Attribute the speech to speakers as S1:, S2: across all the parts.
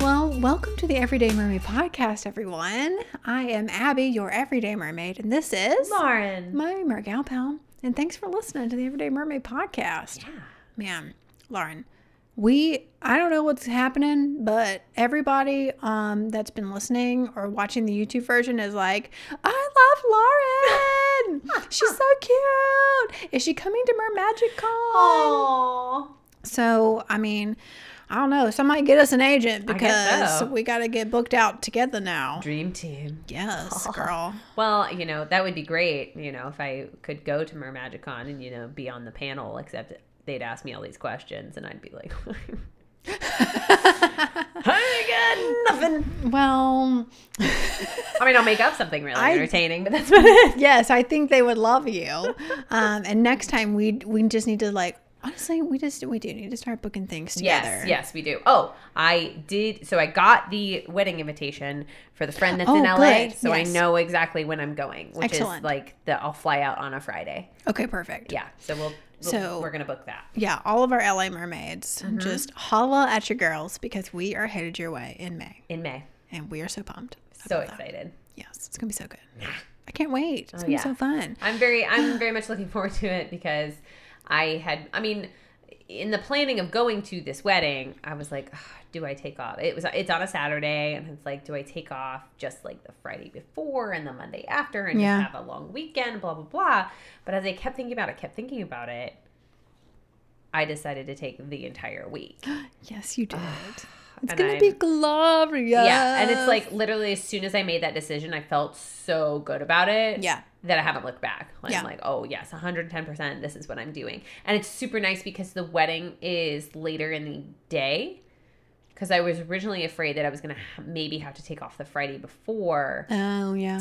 S1: Welcome to the Everyday Mermaid podcast, everyone. I am Abby, your Everyday Mermaid, and this is
S2: Lauren.
S1: my Mergal Pal. And thanks for listening to the Everyday Mermaid podcast.
S2: Yeah.
S1: Man, Lauren, we I don't know what's happening, but everybody um that's been listening or watching the YouTube version is like, I love Lauren. She's so cute. Is she coming to Mermagic Con?
S2: Oh, Aww.
S1: So, I mean, I don't know. Somebody get us an agent
S2: I guess
S1: because
S2: so.
S1: we got to get booked out together now.
S2: Dream team.
S1: Yes, girl.
S2: Well, you know, that would be great, you know, if I could go to Mermagicon and, you know, be on the panel, except they'd ask me all these questions and I'd be like, I got nothing.
S1: Well,
S2: I mean, I'll make up something really
S1: I-
S2: entertaining, but that's about it.
S1: yes, I think they would love you. Um, and next time we we just need to like honestly, we just we do need to start booking things together.
S2: Yes, yes, we do. Oh, I did. So I got the wedding invitation for the friend that's
S1: Oh,
S2: in LA.
S1: good,
S2: So I
S1: yes.
S2: know exactly when I'm going, which
S1: Excellent.
S2: is like the I'll fly out on a Friday.
S1: Okay, perfect.
S2: Yeah. So we'll, we'll
S1: So-
S2: we're gonna book that.
S1: Yeah, all of our LA mermaids,
S2: Mm-hmm.
S1: just holla at your girls because we are headed your way in May,
S2: in May.
S1: and we are so pumped.
S2: So excited.
S1: Yes, it's gonna be so good. I can't wait. It's gonna
S2: Oh, yeah.
S1: be so fun.
S2: I'm very I'm very much looking forward to it because I had I mean in the planning of going to this wedding, I was like, "Ugh, do I take off? It was it's on a Saturday and it's like, do I take off just like the Friday before and the Monday after and
S1: Yeah.
S2: just have a long weekend, blah blah blah. But as I kept thinking about it, kept thinking about it, I decided to take the entire week.
S1: Yes, you did. it's
S2: And
S1: gonna be
S2: I'm-
S1: glorious.
S2: Yeah, and it's like literally as soon as I made that decision, I felt so good about it.
S1: Yeah.
S2: That I haven't looked back. Like,
S1: Yeah.
S2: I'm like, oh yes, 110%. This is what I'm doing, and it's super nice because the wedding is later in the day. Because I was originally afraid that I was gonna ha- maybe have to take off the Friday before,
S1: oh yeah,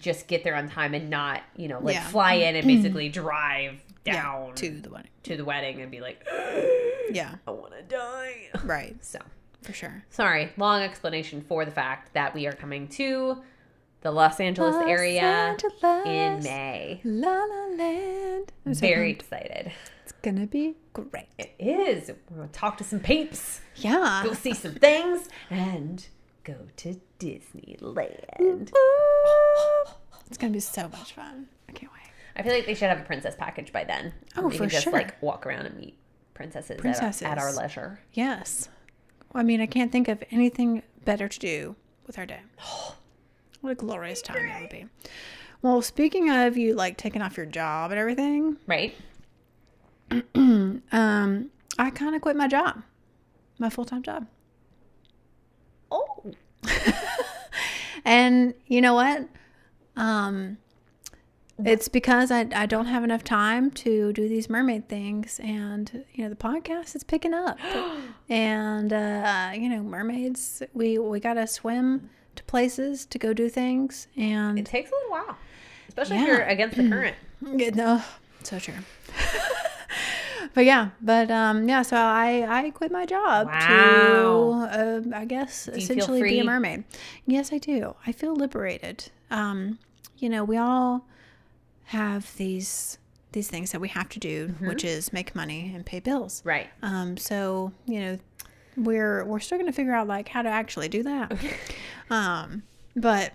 S2: just get there on time and not, you know, like
S1: Yeah.
S2: fly in and basically drive down
S1: yeah,
S2: to
S1: to the wedding.
S2: to the wedding and be like,
S1: Yeah,
S2: I want to die.
S1: right,
S2: So
S1: for sure.
S2: Sorry, long explanation for the fact that we are coming to the Los Angeles area in May.
S1: La La Land. I'm so
S2: Very
S1: pumped.
S2: excited.
S1: It's gonna be great.
S2: It is. We're going to talk to some peeps,
S1: Yeah.
S2: go see some things, and go to Disneyland.
S1: It's gonna be so much fun. I can't wait.
S2: I feel like they should have a princess package by then.
S1: Oh,
S2: we
S1: for
S2: can just
S1: sure.
S2: like walk around and meet princesses, at our- At, our,
S1: Princesses.
S2: leisure.
S1: Yes. I mean, I can't think of anything better to do with our day. What a glorious time that would be. Well, speaking of you like taking off your job and everything,
S2: Right?
S1: um, I kind of quit my job, my full time job.
S2: Oh.
S1: And you know what? Um, it's because I, I don't have enough time to do these mermaid things. And, you know, the podcast is picking up. and, uh, you know, mermaids, we, we got to swim to places to go do things.
S2: It
S1: And,
S2: takes a little while, especially if
S1: Yeah.
S2: you're against the current.
S1: Yeah, no, uh, so true. but yeah, but um, yeah, so I, I quit my job
S2: Wow.
S1: to, uh, I guess,
S2: you feel
S1: essentially be
S2: free?
S1: a mermaid. Yes, I do. I feel liberated. Um, you know, we all have these these things that we have to do,
S2: Mm-hmm.
S1: which is make money and pay bills.
S2: Right.
S1: Um, so you know, we're we're still going to figure out like how to actually do that. um, but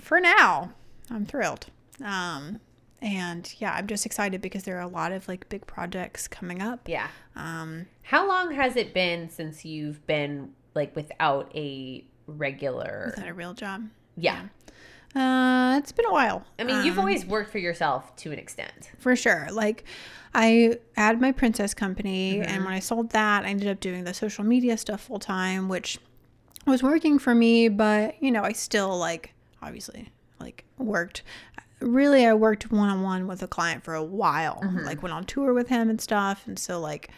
S1: for now, I'm thrilled. Um, and yeah, I'm just excited because there are a lot of like big projects coming up.
S2: Yeah.
S1: Um,
S2: How long has it been since you've been like without a regular?
S1: is that a real job?
S2: yeah.
S1: Uh, it's been a while.
S2: I mean, you've always worked for yourself to an extent.
S1: for sure. Like, I had my princess company, and when I sold that, I ended up doing the social media stuff full time, which was working for me. But you know, I still like obviously like worked. Really, I worked one on one with a client for a while. Like, went on tour with him and stuff, and so like,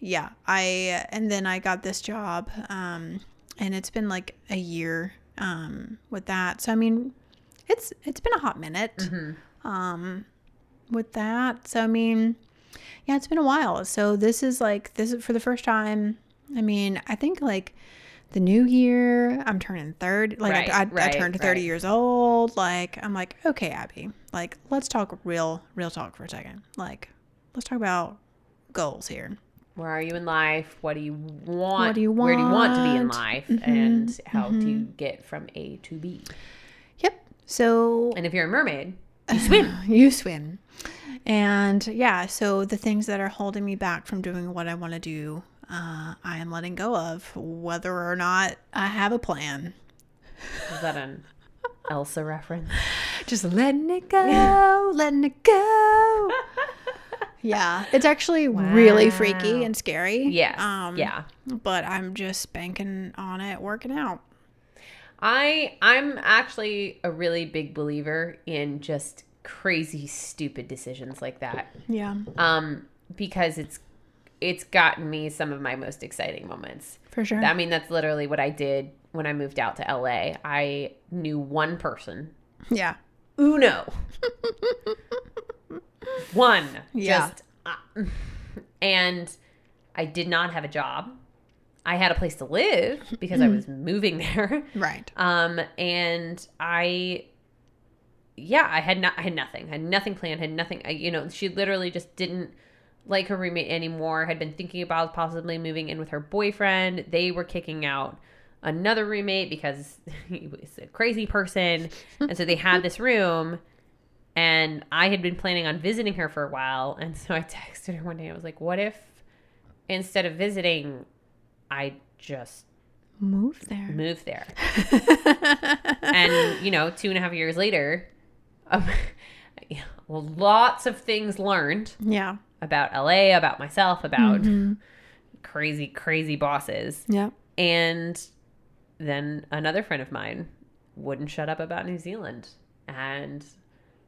S1: yeah, I and then I got this job, um, and it's been like a year um, with that. So I mean, it's it's been a hot minute
S2: Mm-hmm.
S1: um, with that. So I mean, yeah, it's been a while. So this is like this is for the first time. I mean, I think like the new year, I'm turning third. Like
S2: Right,
S1: I, I,
S2: right,
S1: I turned 30
S2: right.
S1: years old. Like I'm like, okay, Abby, like let's talk real, real talk for a second. Like let's talk about goals here.
S2: where are you in life? What do you want?
S1: What do you
S2: Where do you want to be in
S1: want? Mm-hmm.
S2: life? And how do you get from A to B?
S1: Yep. So
S2: And if you're a mermaid,
S1: you swim. And yeah, so the things that are holding me back from doing what I want to do, uh, I am letting go of, whether or not I have a plan.
S2: is that an Elsa reference?
S1: Just letting it go, letting it go. yeah, it's actually really freaky
S2: Wow.
S1: and scary.
S2: Yes.
S1: Um,
S2: yeah.
S1: But I'm just banking on it working out.
S2: I I'm actually a really big believer in just crazy stupid decisions like that.
S1: Yeah,
S2: Um because it's it's gotten me some of my most exciting moments.
S1: for sure.
S2: I mean that's literally what I did when I moved out to LA. I knew one person.
S1: yeah.
S2: Uno. one.
S1: Yeah.
S2: Just uh, and I did not have a job. I had a place to live because I was moving there.
S1: Right.
S2: Um, and I, yeah, I had not, I had nothing, had nothing planned, had nothing. I, you know, she literally just didn't like her roommate anymore. Had been thinking about possibly moving in with her boyfriend. They were kicking out another roommate because he was a crazy person, and so they had this room. And I had been planning on visiting her for a while, and so I texted her one day. I was like, "What if instead of visiting, I just
S1: Move there.
S2: move there?" and you know, two and a half years later, um, yeah, lots of things learned
S1: yeah.
S2: about LA, about myself, about
S1: Mm-hmm.
S2: crazy, crazy bosses.
S1: Yeah.
S2: And then another friend of mine wouldn't shut up about New Zealand and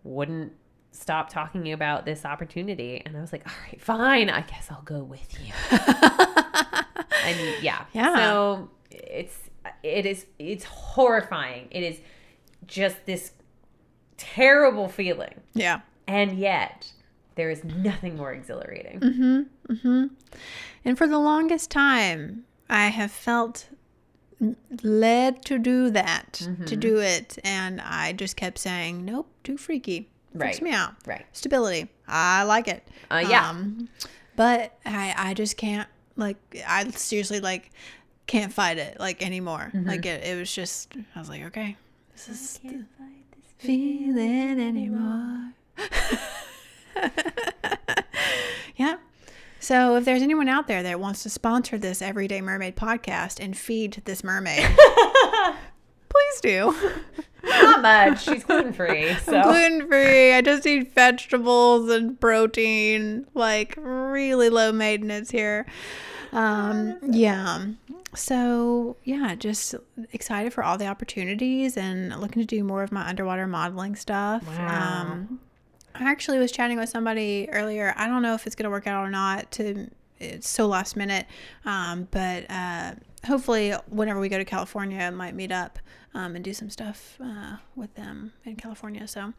S2: wouldn't stop talking about this opportunity. And I was like, all right, fine, I guess I'll go with you. and yeah,
S1: Yeah.
S2: So it's it is it's horrifying. It is just this terrible feeling,
S1: yeah.
S2: and yet there is nothing more exhilarating.
S1: Mm-hmm. And for the longest time, I have felt led to do that, to do it. And I just kept saying, nope, too freaky. Freaks
S2: Right.
S1: me out.
S2: Right?
S1: Stability. I like it.
S2: Uh, yeah.
S1: Um, but I, I just can't, like, I seriously, like, can't fight it, like, anymore.
S2: Mm-hmm.
S1: Like, it, it was just, I was like, okay, this is the feeling anymore. Yeah. So if there's anyone out there that wants to sponsor this Everyday Mermaid podcast and feed this mermaid, please do.
S2: Not much. She's gluten free, so
S1: Gluten free. I just eat vegetables and protein, like really low maintenance here. Um, yeah. So yeah, just excited for all the opportunities and looking to do more of my underwater modeling stuff.
S2: Wow.
S1: Um, I actually was chatting with somebody earlier. I don't know if it's going to work out or not. To it's so last minute, um, but uh, hopefully, whenever we go to California, I might meet up um, and do some stuff uh, with them in California. So,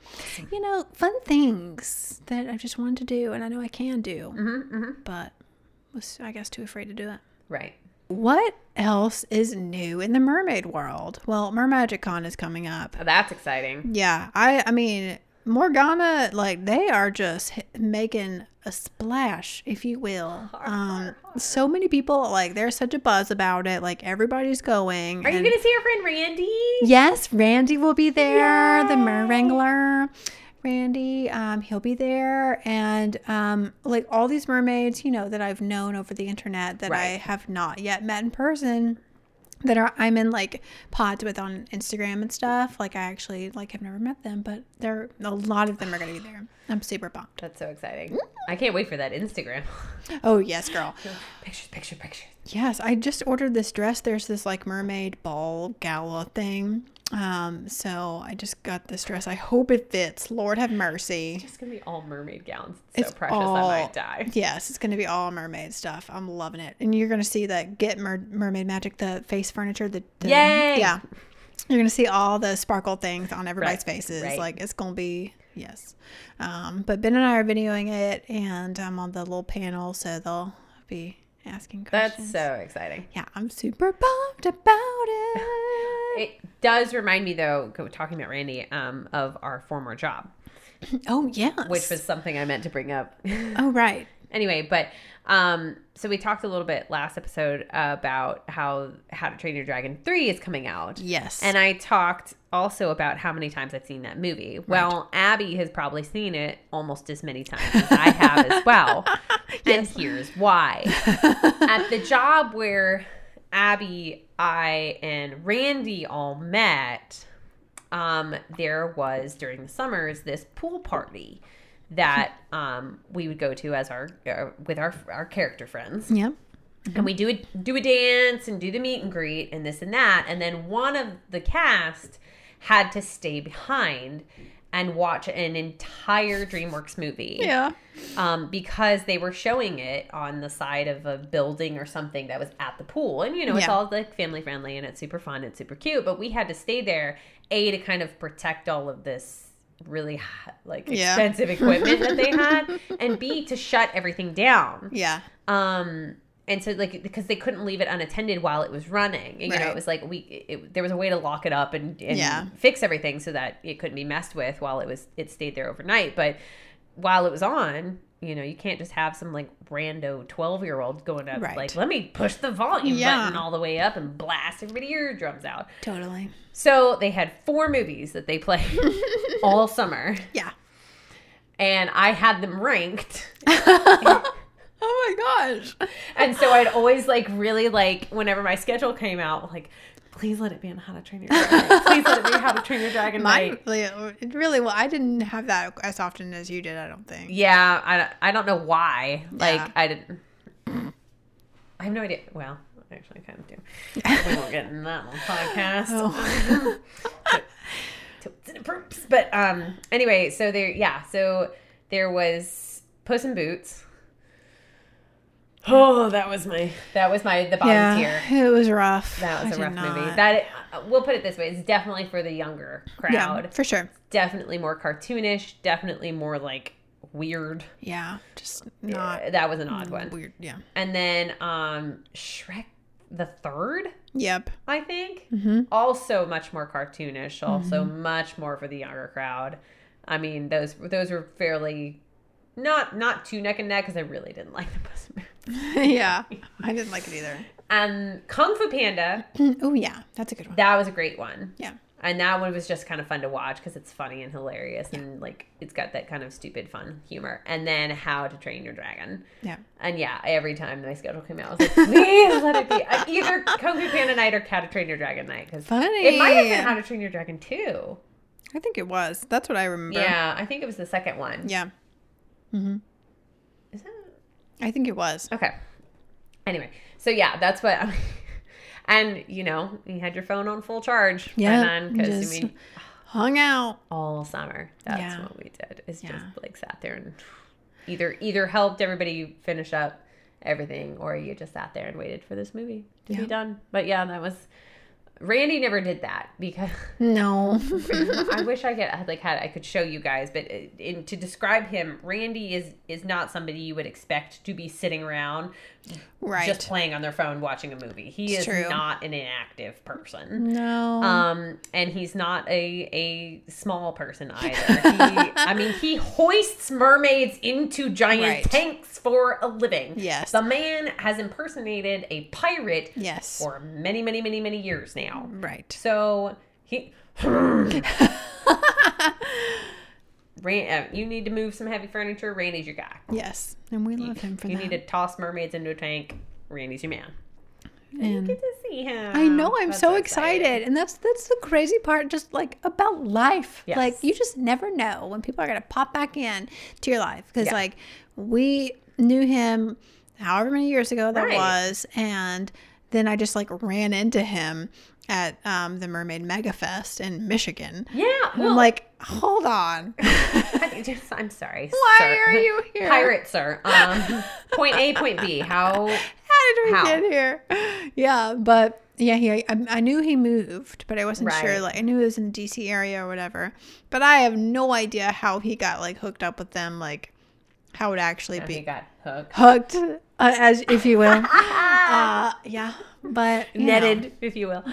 S1: you know, fun things that I just wanted to do, and I know I can do,
S2: mm-hmm,
S1: but was I guess too afraid to do it.
S2: right.
S1: What else is new in the mermaid world? Well, MermagicCon is coming up.
S2: Oh, that's exciting.
S1: Yeah, I I mean Morgana, like they are just h- making a splash, if you will. Um, so many people like there's such a buzz about it. Like everybody's going.
S2: Are you
S1: and-
S2: gonna see our friend Randy?
S1: Yes, Randy will be there, the mer wrangler. Randy, um, he'll be there, and um, like all these mermaids, you know, that I've known over the internet that I
S2: Right.
S1: have not yet met in person, that are I'm in like pods with on Instagram and stuff. Like I actually like have never met them, but there a lot of them are gonna be there. I'm super pumped.
S2: That's so exciting. I can't wait for that Instagram.
S1: Oh yes, girl.
S2: pictures, picture, pictures.
S1: Yes, I just ordered this dress. There's this like mermaid ball gala thing. Um, so I just got this dress. I hope it fits. Lord have mercy.
S2: It's gonna be all mermaid gowns. It's,
S1: It's
S2: so precious.
S1: all-
S2: I might die.
S1: Yes, it's gonna be all mermaid stuff. I'm loving it, and you're gonna see that get mer- mermaid magic, the face furniture, the, the
S2: Yay!
S1: yeah. You're gonna see all the sparkle things on everybody's
S2: Right,
S1: faces.
S2: right.
S1: Like it's gonna be yes. Um, but Ben and I are videoing it, and I'm on the little panel, so they'll be asking
S2: That's
S1: questions.
S2: so exciting.
S1: Yeah, I'm super pumped about it.
S2: It does remind me, though, go- talking about Randy, um, of our former job,
S1: Oh yes,
S2: which was something I meant to bring up.
S1: oh right.
S2: anyway, but um, so we talked a little bit last episode about how How to Train Your Dragon three is coming out.
S1: Yes.
S2: And I talked also about how many times I've seen that movie. Well, Abby has probably seen it almost as many times as I have as well. And here's why. At the job where Abby, I, and Randy all met, um, there was during the summers this pool party that um, we would go to as our uh, with our our character friends
S1: yeah.
S2: and we do a do a dance and do the meet and greet and this and that and then one of the cast had to stay behind and watch an entire DreamWorks movie
S1: Yeah.
S2: um, because they were showing it on the side of a building or something that was at the pool. And, you know, it's
S1: Yeah.
S2: all like family friendly and it's super fun, it's super cute. But we had to stay there, A, to kind of protect all of this really hot, like
S1: Yeah.
S2: expensive equipment that they had, and B, to shut everything down.
S1: Yeah.
S2: Um, and so like because they couldn't leave it unattended while it was running you know
S1: Right.
S2: it was like we it, there was a way to lock it up and, and
S1: Yeah.
S2: fix everything so that it couldn't be messed with while it was it stayed there overnight but while it was on you know you can't just have some like rando 12 year old going up
S1: Right.
S2: like let me push the volume
S1: Yeah.
S2: button all the way up and blast everybody eardrums out
S1: Totally.
S2: so they had four movies that they played all summer
S1: Yeah.
S2: and i had them ranked
S1: Oh my gosh.
S2: And so I'd always like really like whenever my schedule came out, like, please let it be on How to Train Your Dragon. Please let it be How to Train Your Dragon.
S1: Mine
S2: night.
S1: really, it really well. I didn't have that as often as you did. I don't think.
S2: Yeah, I don't- I don't know why. Like
S1: Yeah.
S2: I didn't. I have no idea. Well, actually, I kind of do. we won't get in that on the podcast.
S1: Oh.
S2: Totes and perps. But um, anyway, so there, yeah, so there was Puss in Boots. Oh, that was my that was my the bottom tier.
S1: it was rough.
S2: That
S1: I
S2: was a
S1: did
S2: rough movie.
S1: not-
S2: That uh, we'll put it this way: it's definitely for the younger crowd.
S1: yeah, for sure.
S2: Definitely more cartoonish. Definitely more like weird.
S1: Yeah, just not Mm.
S2: Uh, that was an odd one.
S1: weird. Yeah.
S2: And then um Shrek the Third,
S1: Yep.
S2: I think,
S1: Mm-hmm.
S2: also much more cartoonish. Also much more for the younger crowd. I mean, those those were fairly not not too neck and neck because I really didn't like the Puss in Boots.
S1: yeah, I didn't like it either.
S2: Um, Kung Fu Panda,
S1: oh yeah, that's a good one.
S2: that was a great one.
S1: Yeah.
S2: And that one was just kind of fun to watch because it's funny and hilarious and like it's got that kind of stupid fun humor. And then How to Train Your Dragon.
S1: Yeah.
S2: And yeah, every time my schedule came out, I was like, please let it be uh, either Kung Fu Panda night or How to Train Your Dragon night because
S1: Funny.
S2: it might have been How to Train Your Dragon too.
S1: I think it was. That's what I remember.
S2: Yeah, I think it was the second one.
S1: Yeah. hmm
S2: Is that-
S1: I think it was.
S2: Okay. Anyway, so yeah, that's what. and you know, you had your phone on full charge.
S1: Yeah,
S2: And because
S1: just-
S2: I mean,
S1: Hung out.
S2: all summer. That's
S1: Yeah.
S2: what we did. Is
S1: Yeah.
S2: just like sat there and either either helped everybody finish up everything, or you just sat there and waited for this movie to be
S1: Yeah.
S2: done. But yeah, that was. Randy never did that because
S1: No.
S2: I wish I could I had like had I could show you guys, but uh, in, to describe him, Randy is is not somebody you would expect to be sitting around
S1: right.
S2: just playing on their phone watching a movie. He
S1: It's
S2: is
S1: true.
S2: not an inactive person.
S1: no.
S2: Um, and he's not a a small person either. He, I mean, he hoists mermaids into giant
S1: Right.
S2: tanks for a living.
S1: Yes.
S2: the man has impersonated a pirate
S1: yes.
S2: for many, many, many, many years now.
S1: right.
S2: So he. Ran, uh, you need to move some heavy furniture. Randy's your guy.
S1: Yes, and we love him for
S2: You
S1: that.
S2: need to toss mermaids into a tank. Randy's your man.
S1: And-
S2: Get to um, see him.
S1: I know. I'm
S2: That's
S1: so excited. and that's that's the crazy part, just like about life.
S2: Yes.
S1: Like you just never know when people are gonna pop back in to your life because
S2: Yeah.
S1: like we knew him however many years ago that
S2: Right.
S1: was, and then I just like ran into him at um, the Mermaid Mega Fest in Michigan.
S2: Yeah.
S1: And I'm
S2: Well,
S1: like, hold on, why
S2: I just, I'm sorry. sir.
S1: are you here?
S2: Pirate, sir. Um, point A, point B. How?
S1: How did we
S2: How?
S1: get here? Yeah, but yeah, he. I, I knew he moved, but I wasn't sure.
S2: Right.
S1: Like I knew he was in the DC area or whatever, but I have no idea how he got like hooked up with them. Like how it actually
S2: He
S1: be
S2: got hooked,
S1: hooked, uh, as if you will. uh, yeah, but you know,
S2: netted, if you will.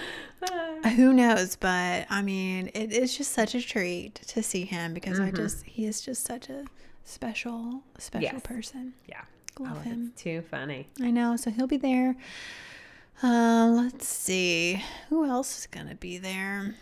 S2: Ah.
S1: who knows? But I mean, it is just such a treat
S2: Mm-hmm.
S1: to see him because I just he is just such a special special
S2: Yes.
S1: person.
S2: Yeah.
S1: Love
S2: oh,
S1: him.
S2: That's too funny.
S1: I know. So he'll be there. Uh, let's see. Who else is going to be there?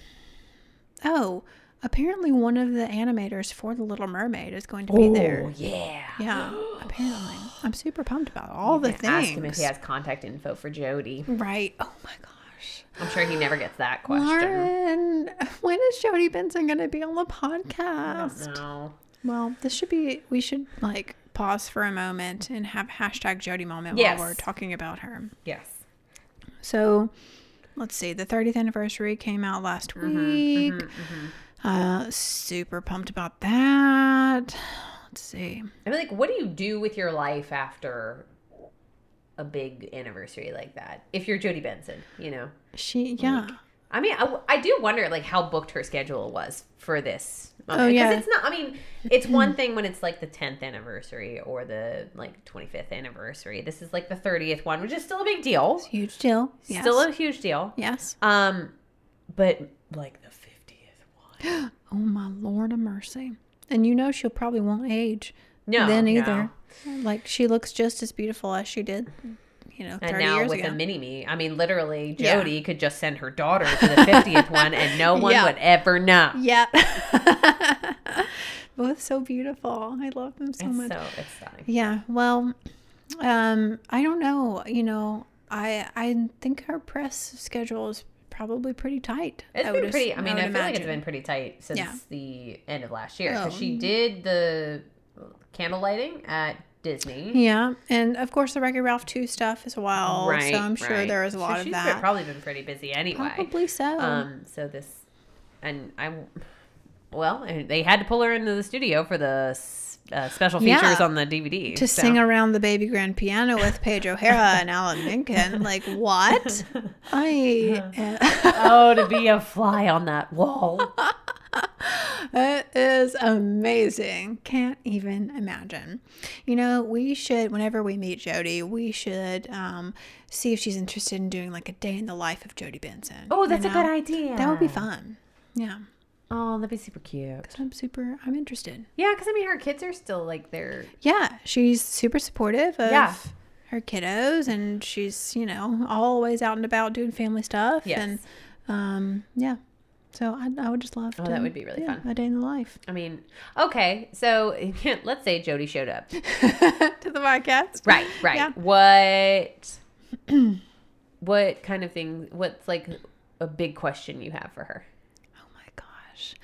S1: Oh, apparently one of the animators for The Little Mermaid is going to be there.
S2: Oh, yeah.
S1: Yeah, apparently. I'm super pumped about all the
S2: Ask him if
S1: things.
S2: he has contact info for Jody.
S1: Right. Oh my gosh.
S2: I'm sure he never gets that question.
S1: Lauren, when is Jody Benson going to be on the
S2: I don't
S1: podcast?
S2: know.
S1: Well, this should be, we should like pause for a moment and have hashtag Jody moment
S2: Yes.
S1: while we're talking about her.
S2: Yes.
S1: So let's see. The 30th anniversary came out last week. Uh, super pumped about that. Let's see.
S2: I mean, like, what do you do with your life after a big anniversary like that? If you're Jody Benson, you know.
S1: She, yeah.
S2: I mean, I, I do wonder like how booked her schedule was for this. moment.
S1: Oh, yeah.
S2: it's not. I mean, it's one thing when it's like the tenth anniversary or the like twenty fifth anniversary. This is like the thirtieth one, which is still a big deal,
S1: Huge deal. Yes.
S2: still a huge deal.
S1: yes.
S2: Um, but like the fiftieth one,
S1: Oh, my Lord of mercy. And you know, she'll probably won't age
S2: no,
S1: then
S2: no.
S1: either. Like, she looks just as beautiful as she did, you know, 30
S2: And now
S1: years
S2: with
S1: ago.
S2: a mini me, I mean, literally,
S1: Yeah.
S2: Jody could just send her daughter to the fiftieth one, and no one
S1: Yeah.
S2: would ever know.
S1: yeah. Both so beautiful. I love them so
S2: It's
S1: much.
S2: so it's stunning.
S1: Yeah, well, um, I don't know. You know, I I think her press schedule is probably pretty tight.
S2: It's
S1: I would
S2: been
S1: ass-
S2: pretty. I mean,
S1: would
S2: I, feel like it's
S1: imagine.
S2: been pretty tight since
S1: Yeah.
S2: the end of last year because
S1: Oh.
S2: she did the candle lighting at Disney.
S1: Yeah, and of course the Wreck-It Ralph two stuff as well. so I'm sure
S2: right.
S1: there is a lot
S2: so
S1: of
S2: she's
S1: that.
S2: Been, probably been pretty busy anyway.
S1: Probably so.
S2: Um. So this, and I, well, and they had to pull her into the studio for the s- uh, special
S1: Yeah.
S2: features on the DVD
S1: to
S2: so.
S1: sing around the baby grand piano with Paige O'Hara and Alan Menken, like what? I eh,
S2: oh, to be a fly on that wall.
S1: That is amazing. Can't even imagine. You know, we should, whenever we meet Jody, we should um, see if she's interested in doing like a day in the life of Jody Benson.
S2: Oh,
S1: you
S2: that's a
S1: know?
S2: good idea.
S1: That would be fun. Yeah.
S2: Oh, that'd be super cute.
S1: So I'm super, I'm interested.
S2: Yeah, because I mean, her kids are still like they're
S1: Yeah. She's super supportive of
S2: Yeah.
S1: her kiddos and she's, you know, always out and about doing family stuff.
S2: Yes.
S1: And um, yeah. So I, I would just love
S2: Oh,
S1: to.
S2: that would be really
S1: yeah,
S2: fun.
S1: A day in the life.
S2: I mean, okay, so let's say Jody showed up.
S1: to the podcast.
S2: Right, right. What what kind of thing what's like a big question you have for her?
S1: Oh my gosh.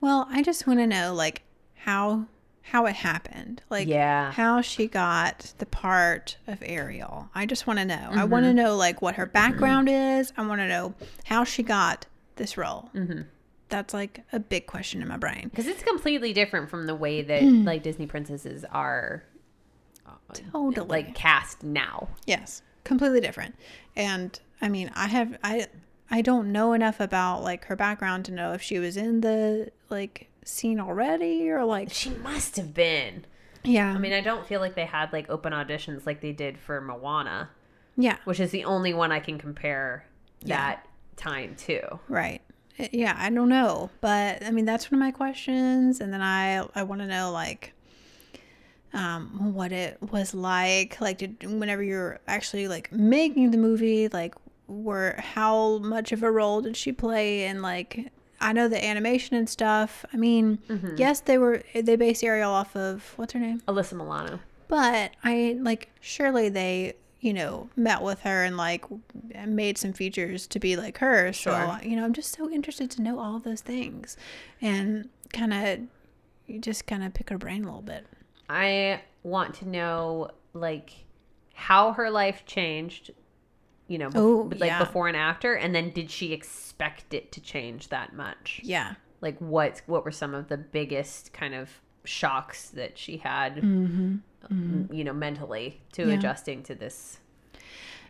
S1: Well, I just want to know like how how it happened. Like
S2: Yeah.
S1: how she got the part of Ariel. I just want to know.
S2: Mm-hmm.
S1: I want to know like what her background is. I want to know how she got this role.
S2: Mm-hmm.
S1: That's like a big question in my brain.
S2: Cuz it's completely different from the way that like Disney princesses are uh,
S1: Totally.
S2: like cast now.
S1: Yes, completely different. And I mean, I have I I don't know enough about like her background to know if she was in the like scene already or like
S2: She must have been.
S1: yeah.
S2: I mean, I don't feel like they had like open auditions like they did for Moana,
S1: yeah.
S2: which is the only one I can compare that time to.
S1: Right. Uh, Yeah, I don't know, but I mean that's one of my questions, and then I I want to know like, um, what it was like, like did, whenever you're actually like making the movie, like were how much of a role did she play, and like I know the animation and stuff. I mean, yes, they were they based Ariel off of what's her name,
S2: Alyssa Milano.
S1: but I like surely they you know met with her and like w- made some features to be like her. So uh,
S2: Sure.
S1: you know I'm just so interested to know all of those things and kind of just kind of pick her brain a little bit.
S2: I want to know like how her life changed, you know, bef-
S1: Oh,
S2: like
S1: yeah.
S2: before and after, and then did she expect it to change that much?
S1: Yeah.
S2: Like what what were some of the biggest kind of shocks that she had, m- you know, mentally to
S1: Mm-hmm. Yeah.
S2: adjusting to this?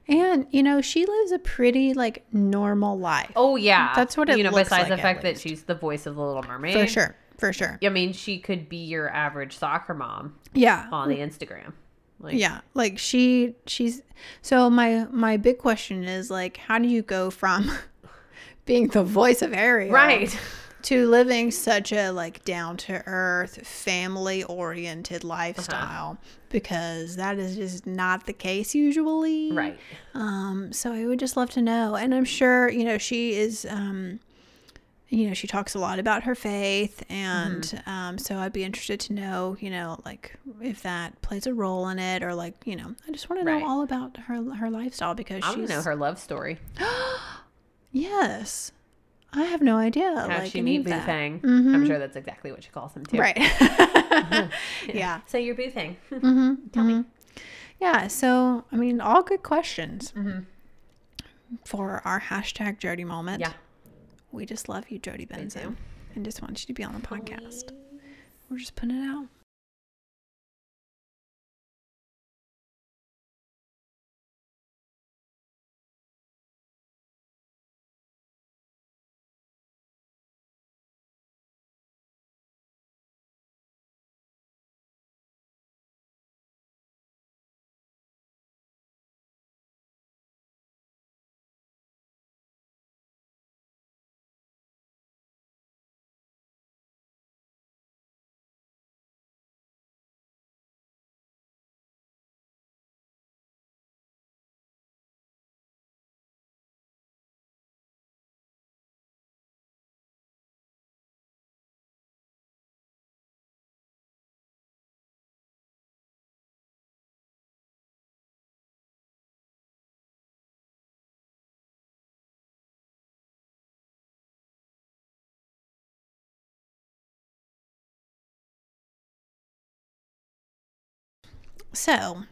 S1: And you know she lives a pretty like normal life.
S2: Oh yeah,
S1: That's what it
S2: you know.
S1: looks like,
S2: besides the
S1: at
S2: fact that
S1: least.
S2: she's the voice of the Little Mermaid,
S1: for sure. For sure.
S2: I mean, she could be your average soccer mom
S1: Yeah.
S2: on the Instagram. Like,
S1: yeah like she she's so my my big question is like how do you go from being the voice of ariel
S2: right.
S1: to living such a like down to earth, family oriented lifestyle
S2: Uh-huh.
S1: because that is just not the case usually.
S2: Right.
S1: Um, so I would just love to know. And I'm sure, you know, she is, um, you know, she talks a lot about her faith. And
S2: Mm-hmm.
S1: um, so I'd be interested to know, you know, like if that plays a role in it or like, you know, I just want to
S2: Right.
S1: know all about her, her lifestyle because
S2: I
S1: she's,
S2: want to know her love story.
S1: yes, I have no idea.
S2: How'd
S1: like,
S2: she
S1: I
S2: meet
S1: need
S2: Boo
S1: that. Mm-hmm.
S2: Thang? I'm sure that's exactly what she calls him too.
S1: Right. yeah. Mm-hmm.
S2: So you're Boo Thang.
S1: Tell me. Yeah. So, I mean, all good questions for our hashtag Jody moment.
S2: yeah.
S1: We just love you, Jody Benzo, and just want you to be on the podcast. We're just putting it out. So,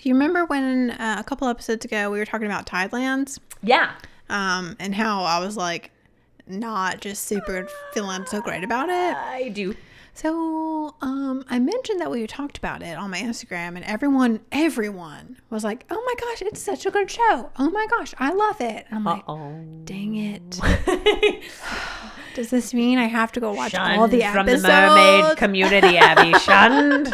S1: you remember when uh, a couple episodes ago we were talking about Tidelands
S2: Yeah.
S1: um, and how I was like, not just super feeling so great about it.
S2: I do.
S1: So, um, I mentioned that we talked about it on my Instagram, and everyone, everyone was like, "Oh my gosh, it's such a good show! Oh my gosh, I love it!" And I'm like,
S2: Oh.
S1: "Dang it! Does this mean I have to go watch all
S2: Shunned
S1: the
S2: from
S1: episodes?"
S2: the mermaid community, Abby. Shunned.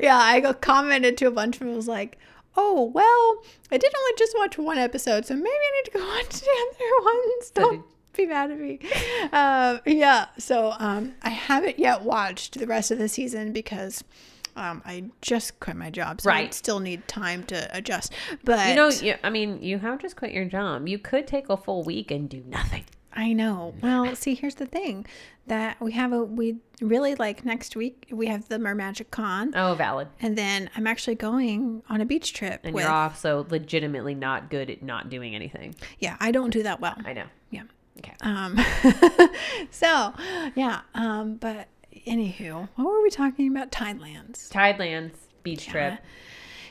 S1: yeah, I got commented to a bunch of them. Was like, "Oh well, I did only just watch one episode, so maybe I need to go watch the other ones." Don't be mad at me. Um, yeah, so um, I haven't yet watched the rest of the season because. Um, I just quit my job, so I
S2: Right.
S1: still need time to adjust. But
S2: You know, you, I mean, you have just quit your job. You could take a full week and do nothing.
S1: I know. Well, see, here's the thing that we have a we really like next week. We have the Mermagic Con,
S2: Oh, valid.
S1: and then I'm actually going on a beach trip
S2: And
S1: with.
S2: you're also legitimately not good at not doing anything.
S1: Yeah, I don't do that well.
S2: I know.
S1: Yeah.
S2: Okay.
S1: Um. so, yeah. Um. But anywho, what were we talking about? Thailand's.
S2: Tidelands beach trip.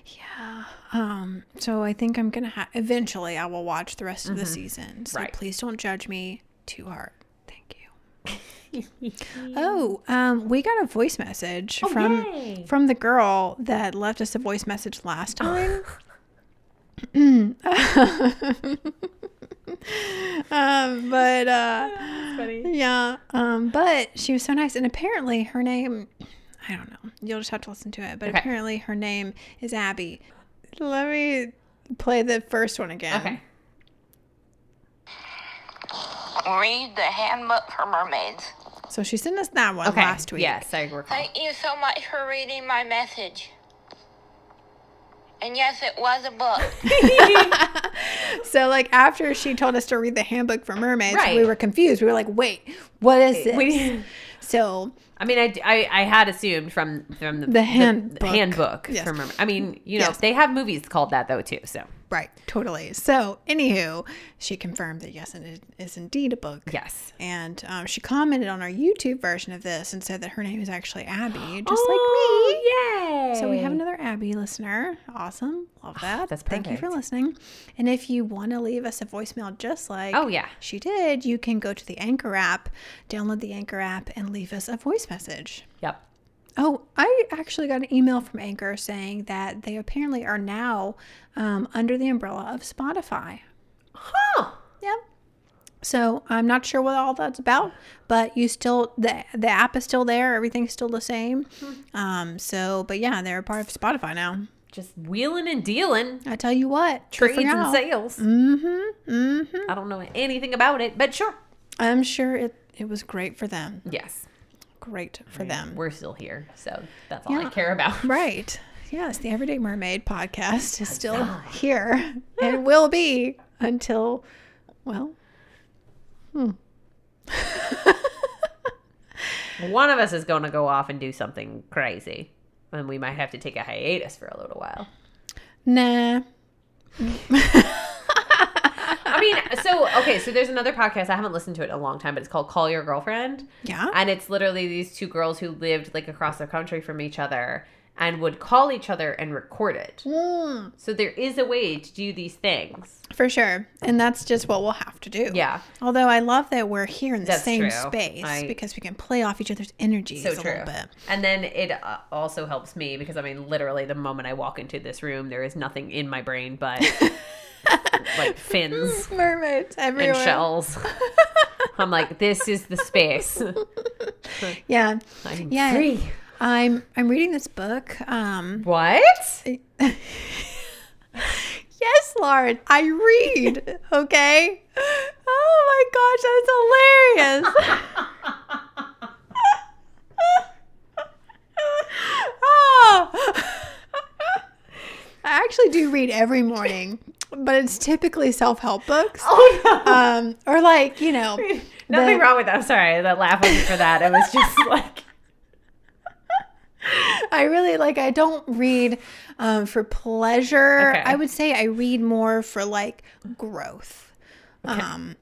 S1: Yeah. Um. So I think I'm gonna ha- eventually I will watch the rest of the season. So
S2: Mm-hmm. Right.
S1: please don't judge me too hard. Thank you. Oh, um, we got a voice message from
S2: Oh, yay.
S1: from the girl that left us a voice message last time. um, but uh,
S2: funny.
S1: yeah, um, but she was so nice, and apparently her name, I don't know. You'll just have to listen to it. But
S2: Okay.
S1: apparently her name is Abby. Let me play the first one again.
S2: Okay.
S3: Read the handbook for mermaids.
S1: So she sent us that one
S2: Okay.
S1: last week.
S2: Yes, I recall.
S3: Thank you so much for reading my message. And yes, it was a book.
S1: So like after she told us to read the handbook for mermaids,
S2: Right.
S1: we were confused. We were like, "Wait, what is this?"
S2: We-
S1: so
S2: I mean, I, I, I had assumed from from the,
S1: handbook.
S2: handbook
S1: Yes.
S2: from- I mean, you know,
S1: Yes.
S2: they have movies called that though too. So
S1: right, totally. So anywho, she confirmed that yes, it is indeed a book.
S2: yes,
S1: And um, she commented on our YouTube version of this and said that her name is actually Abby, just
S2: oh,
S1: like me. So we have
S2: yay.
S1: another Abby listener. Awesome. Love that.
S2: Ah, that's
S1: Thank you for
S2: perfect.
S1: listening. And if you want to leave us a voicemail just like
S2: Oh yeah,
S1: she did, you can go to the Anchor app, download the Anchor app, and leave us a voice message.
S2: yep.
S1: Oh, I actually got an email from Anchor saying that they apparently are now um, under the umbrella of Spotify.
S2: Huh.
S1: Yep. So I'm not sure what all that's about, but you still the the app is still there. Everything's still the same.
S2: Hmm.
S1: Um. So, but yeah, they're a part of Spotify now.
S2: Just wheeling and dealing,
S1: I tell you what, good for
S2: trades and
S1: y'all.
S2: sales.
S1: Mhm. Mhm.
S2: I don't know anything about it, but sure.
S1: I'm sure it, it was great for them.
S2: Yes.
S1: Great for them.
S2: We're still here. So that's all I
S1: Yeah.
S2: care about.
S1: Right. Yes, the Everyday Mermaid podcast is still here and will be until, well,
S2: One of us is going to go off and do something crazy. And we might have to take a hiatus for a little while.
S1: nah.
S2: I mean, so, okay, so there's another podcast. I haven't listened to it in a long time, but it's called Call Your Girlfriend.
S1: Yeah.
S2: And it's literally these two girls who lived like across the country from each other and would call each other and record it.
S1: Mm,
S2: So there is a way to do these things.
S1: for sure. And that's just what we'll have to do.
S2: Yeah.
S1: Although I love that we're here in the
S2: That's
S1: same
S2: true.
S1: space
S2: I-
S1: because we can play off each other's energies
S2: So
S1: a
S2: true.
S1: little bit.
S2: And then it uh, also helps me because I mean, literally, the moment I walk into this room, there is nothing in my brain but like fins
S1: Mermaids everywhere.
S2: and shells. I'm like, this is the space.
S1: Yeah.
S2: I'm
S1: Yeah.
S2: free.
S1: I'm I'm reading this book. Um
S2: What?
S1: Yes, Lauren, I read. Okay. Oh my gosh, that's hilarious. oh. I actually do read every morning, but it's typically self-help books.
S2: Oh no!
S1: Um, or like, you know,
S2: Nothing
S1: the-
S2: wrong with that. I'm sorry. That laugh wasn't for that. It was just like
S1: I really like. I don't read um, for pleasure.
S2: Okay.
S1: I would say I read more for like growth, um,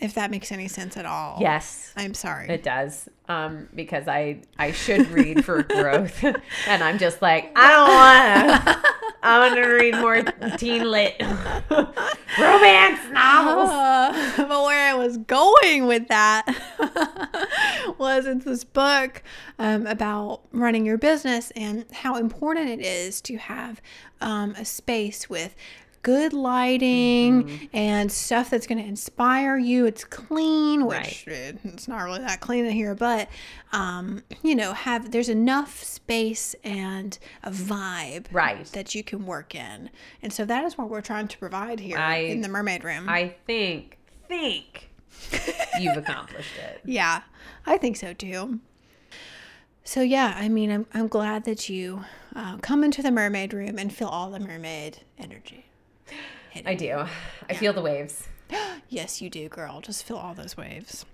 S1: if that makes any sense at all.
S2: yes.
S1: I'm sorry.
S2: It does, um, because I I should read for growth, and I'm just like I don't want to. I want to read more teen lit romance novels.
S1: Uh, but where I was going with that was it's this book um, about running your business and how important it is to have um, a space with good lighting
S2: Mm-hmm.
S1: and stuff that's going to inspire you. It's clean, which it- it's not really that clean in here, but um, you know, have there's enough space and a vibe
S2: Right.
S1: that you can work in, and so that is what we're trying to provide here
S2: I-
S1: in the mermaid room.
S2: I think think you've accomplished it.
S1: Yeah, I think so too. So yeah, I mean, I'm I'm glad that you uh, come into the mermaid room and feel all the mermaid energy.
S2: I do. I feel the waves.
S1: Yes, you do, girl. Just feel all those waves.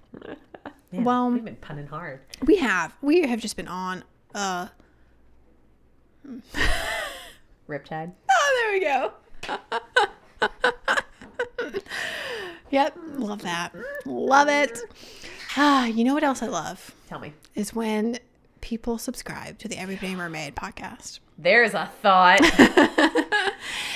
S1: well,
S2: We've been punning hard.
S1: we have we have just been on. Uh,
S2: Riptide.
S1: oh, there we go. yep, love that. Love it. Ah, you know what else I love
S2: Tell me,
S1: is when people subscribe to the Everyday Mermaid podcast.
S2: there's a thought.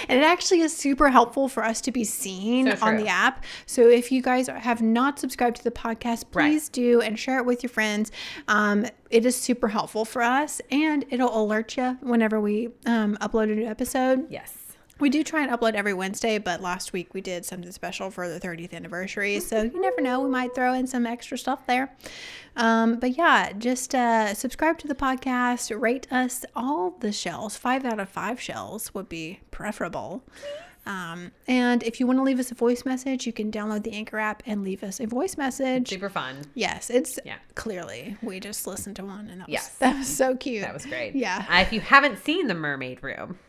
S1: And it actually is super helpful for us to be seen
S2: So
S1: on
S2: true.
S1: the app. So if you guys are- have not subscribed to the podcast,
S2: Right.
S1: please do and share it with your friends. Um, it is super helpful for us and it'll alert you whenever we um, upload a new episode.
S2: yes.
S1: We do try and upload every Wednesday, but last week we did something special for the 30th anniversary. So
S2: Mm-hmm.
S1: you never know, we might throw in some extra stuff there. Um, but yeah, just uh, subscribe to the podcast, rate us all the shells. Five out of five shells would be preferable. Um, and if you want to leave us a voice message, you can download the Anchor app and leave us a voice message.
S2: Super fun.
S1: Yes, it's
S2: Yeah.
S1: clearly we just listened to one, and that was,
S2: Yes.
S1: that was so cute.
S2: That was great.
S1: Yeah. Oh.
S2: Uh, if you haven't seen the Mermaid Room,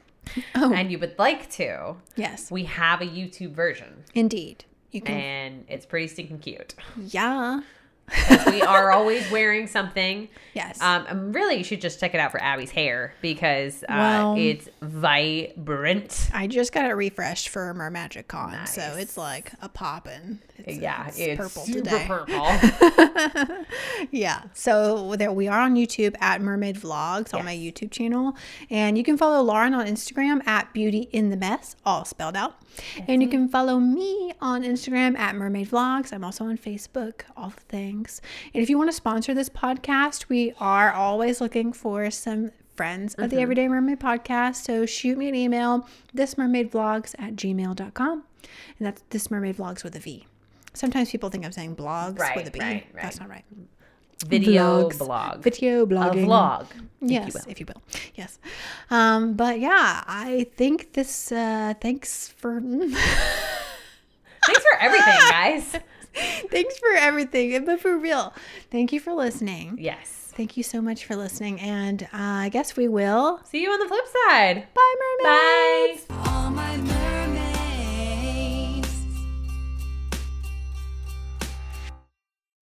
S2: and you would like to,
S1: yes,
S2: we have a YouTube version.
S1: indeed. You can.
S2: and it's pretty stinking cute.
S1: yeah.
S2: We are always wearing something.
S1: Yes.
S2: Um, and really, you should just check it out for Abby's hair because uh,
S1: Well-
S2: it's vibrant.
S1: I just got it refreshed for Mermagic Con, so
S2: Nice.
S1: it's like a poppin'. It's,
S2: yeah,
S1: it's
S2: it's,
S1: purple
S2: super
S1: today.
S2: purple.
S1: Yeah, so there we are on YouTube at Mermaid Vlogs on my YouTube channel, and you can follow Lauren on Instagram at Beauty in the Mess, all spelled out, and you can follow me on Instagram at Mermaid Vlogs. I'm also on Facebook, all the things. And if you want to sponsor this podcast, we are always looking for some friends of
S2: Mm-hmm.
S1: the Everyday Mermaid podcast. So shoot me an email, thismermaidvlogs at gmail.com. And that's this mermaid vlogs with a V. Sometimes people think I'm saying blogs with
S2: Right,
S1: a B.
S2: right,
S1: That's
S2: right.
S1: not right.
S2: Video
S1: Vlogs.
S2: blog.
S1: Video
S2: a
S1: blogging.
S2: vlog.
S1: Yes, if you will. Yes. Um, but yeah, I think this, uh, thanks for.
S2: Thanks for everything, guys.
S1: Thanks for everything. eh, But for real, thank you for listening.
S2: Yes.
S1: Thank you so much for listening. And uh, I guess we will.
S2: See you on the flip side.
S1: Bye, mermaids.
S2: Bye.
S4: All my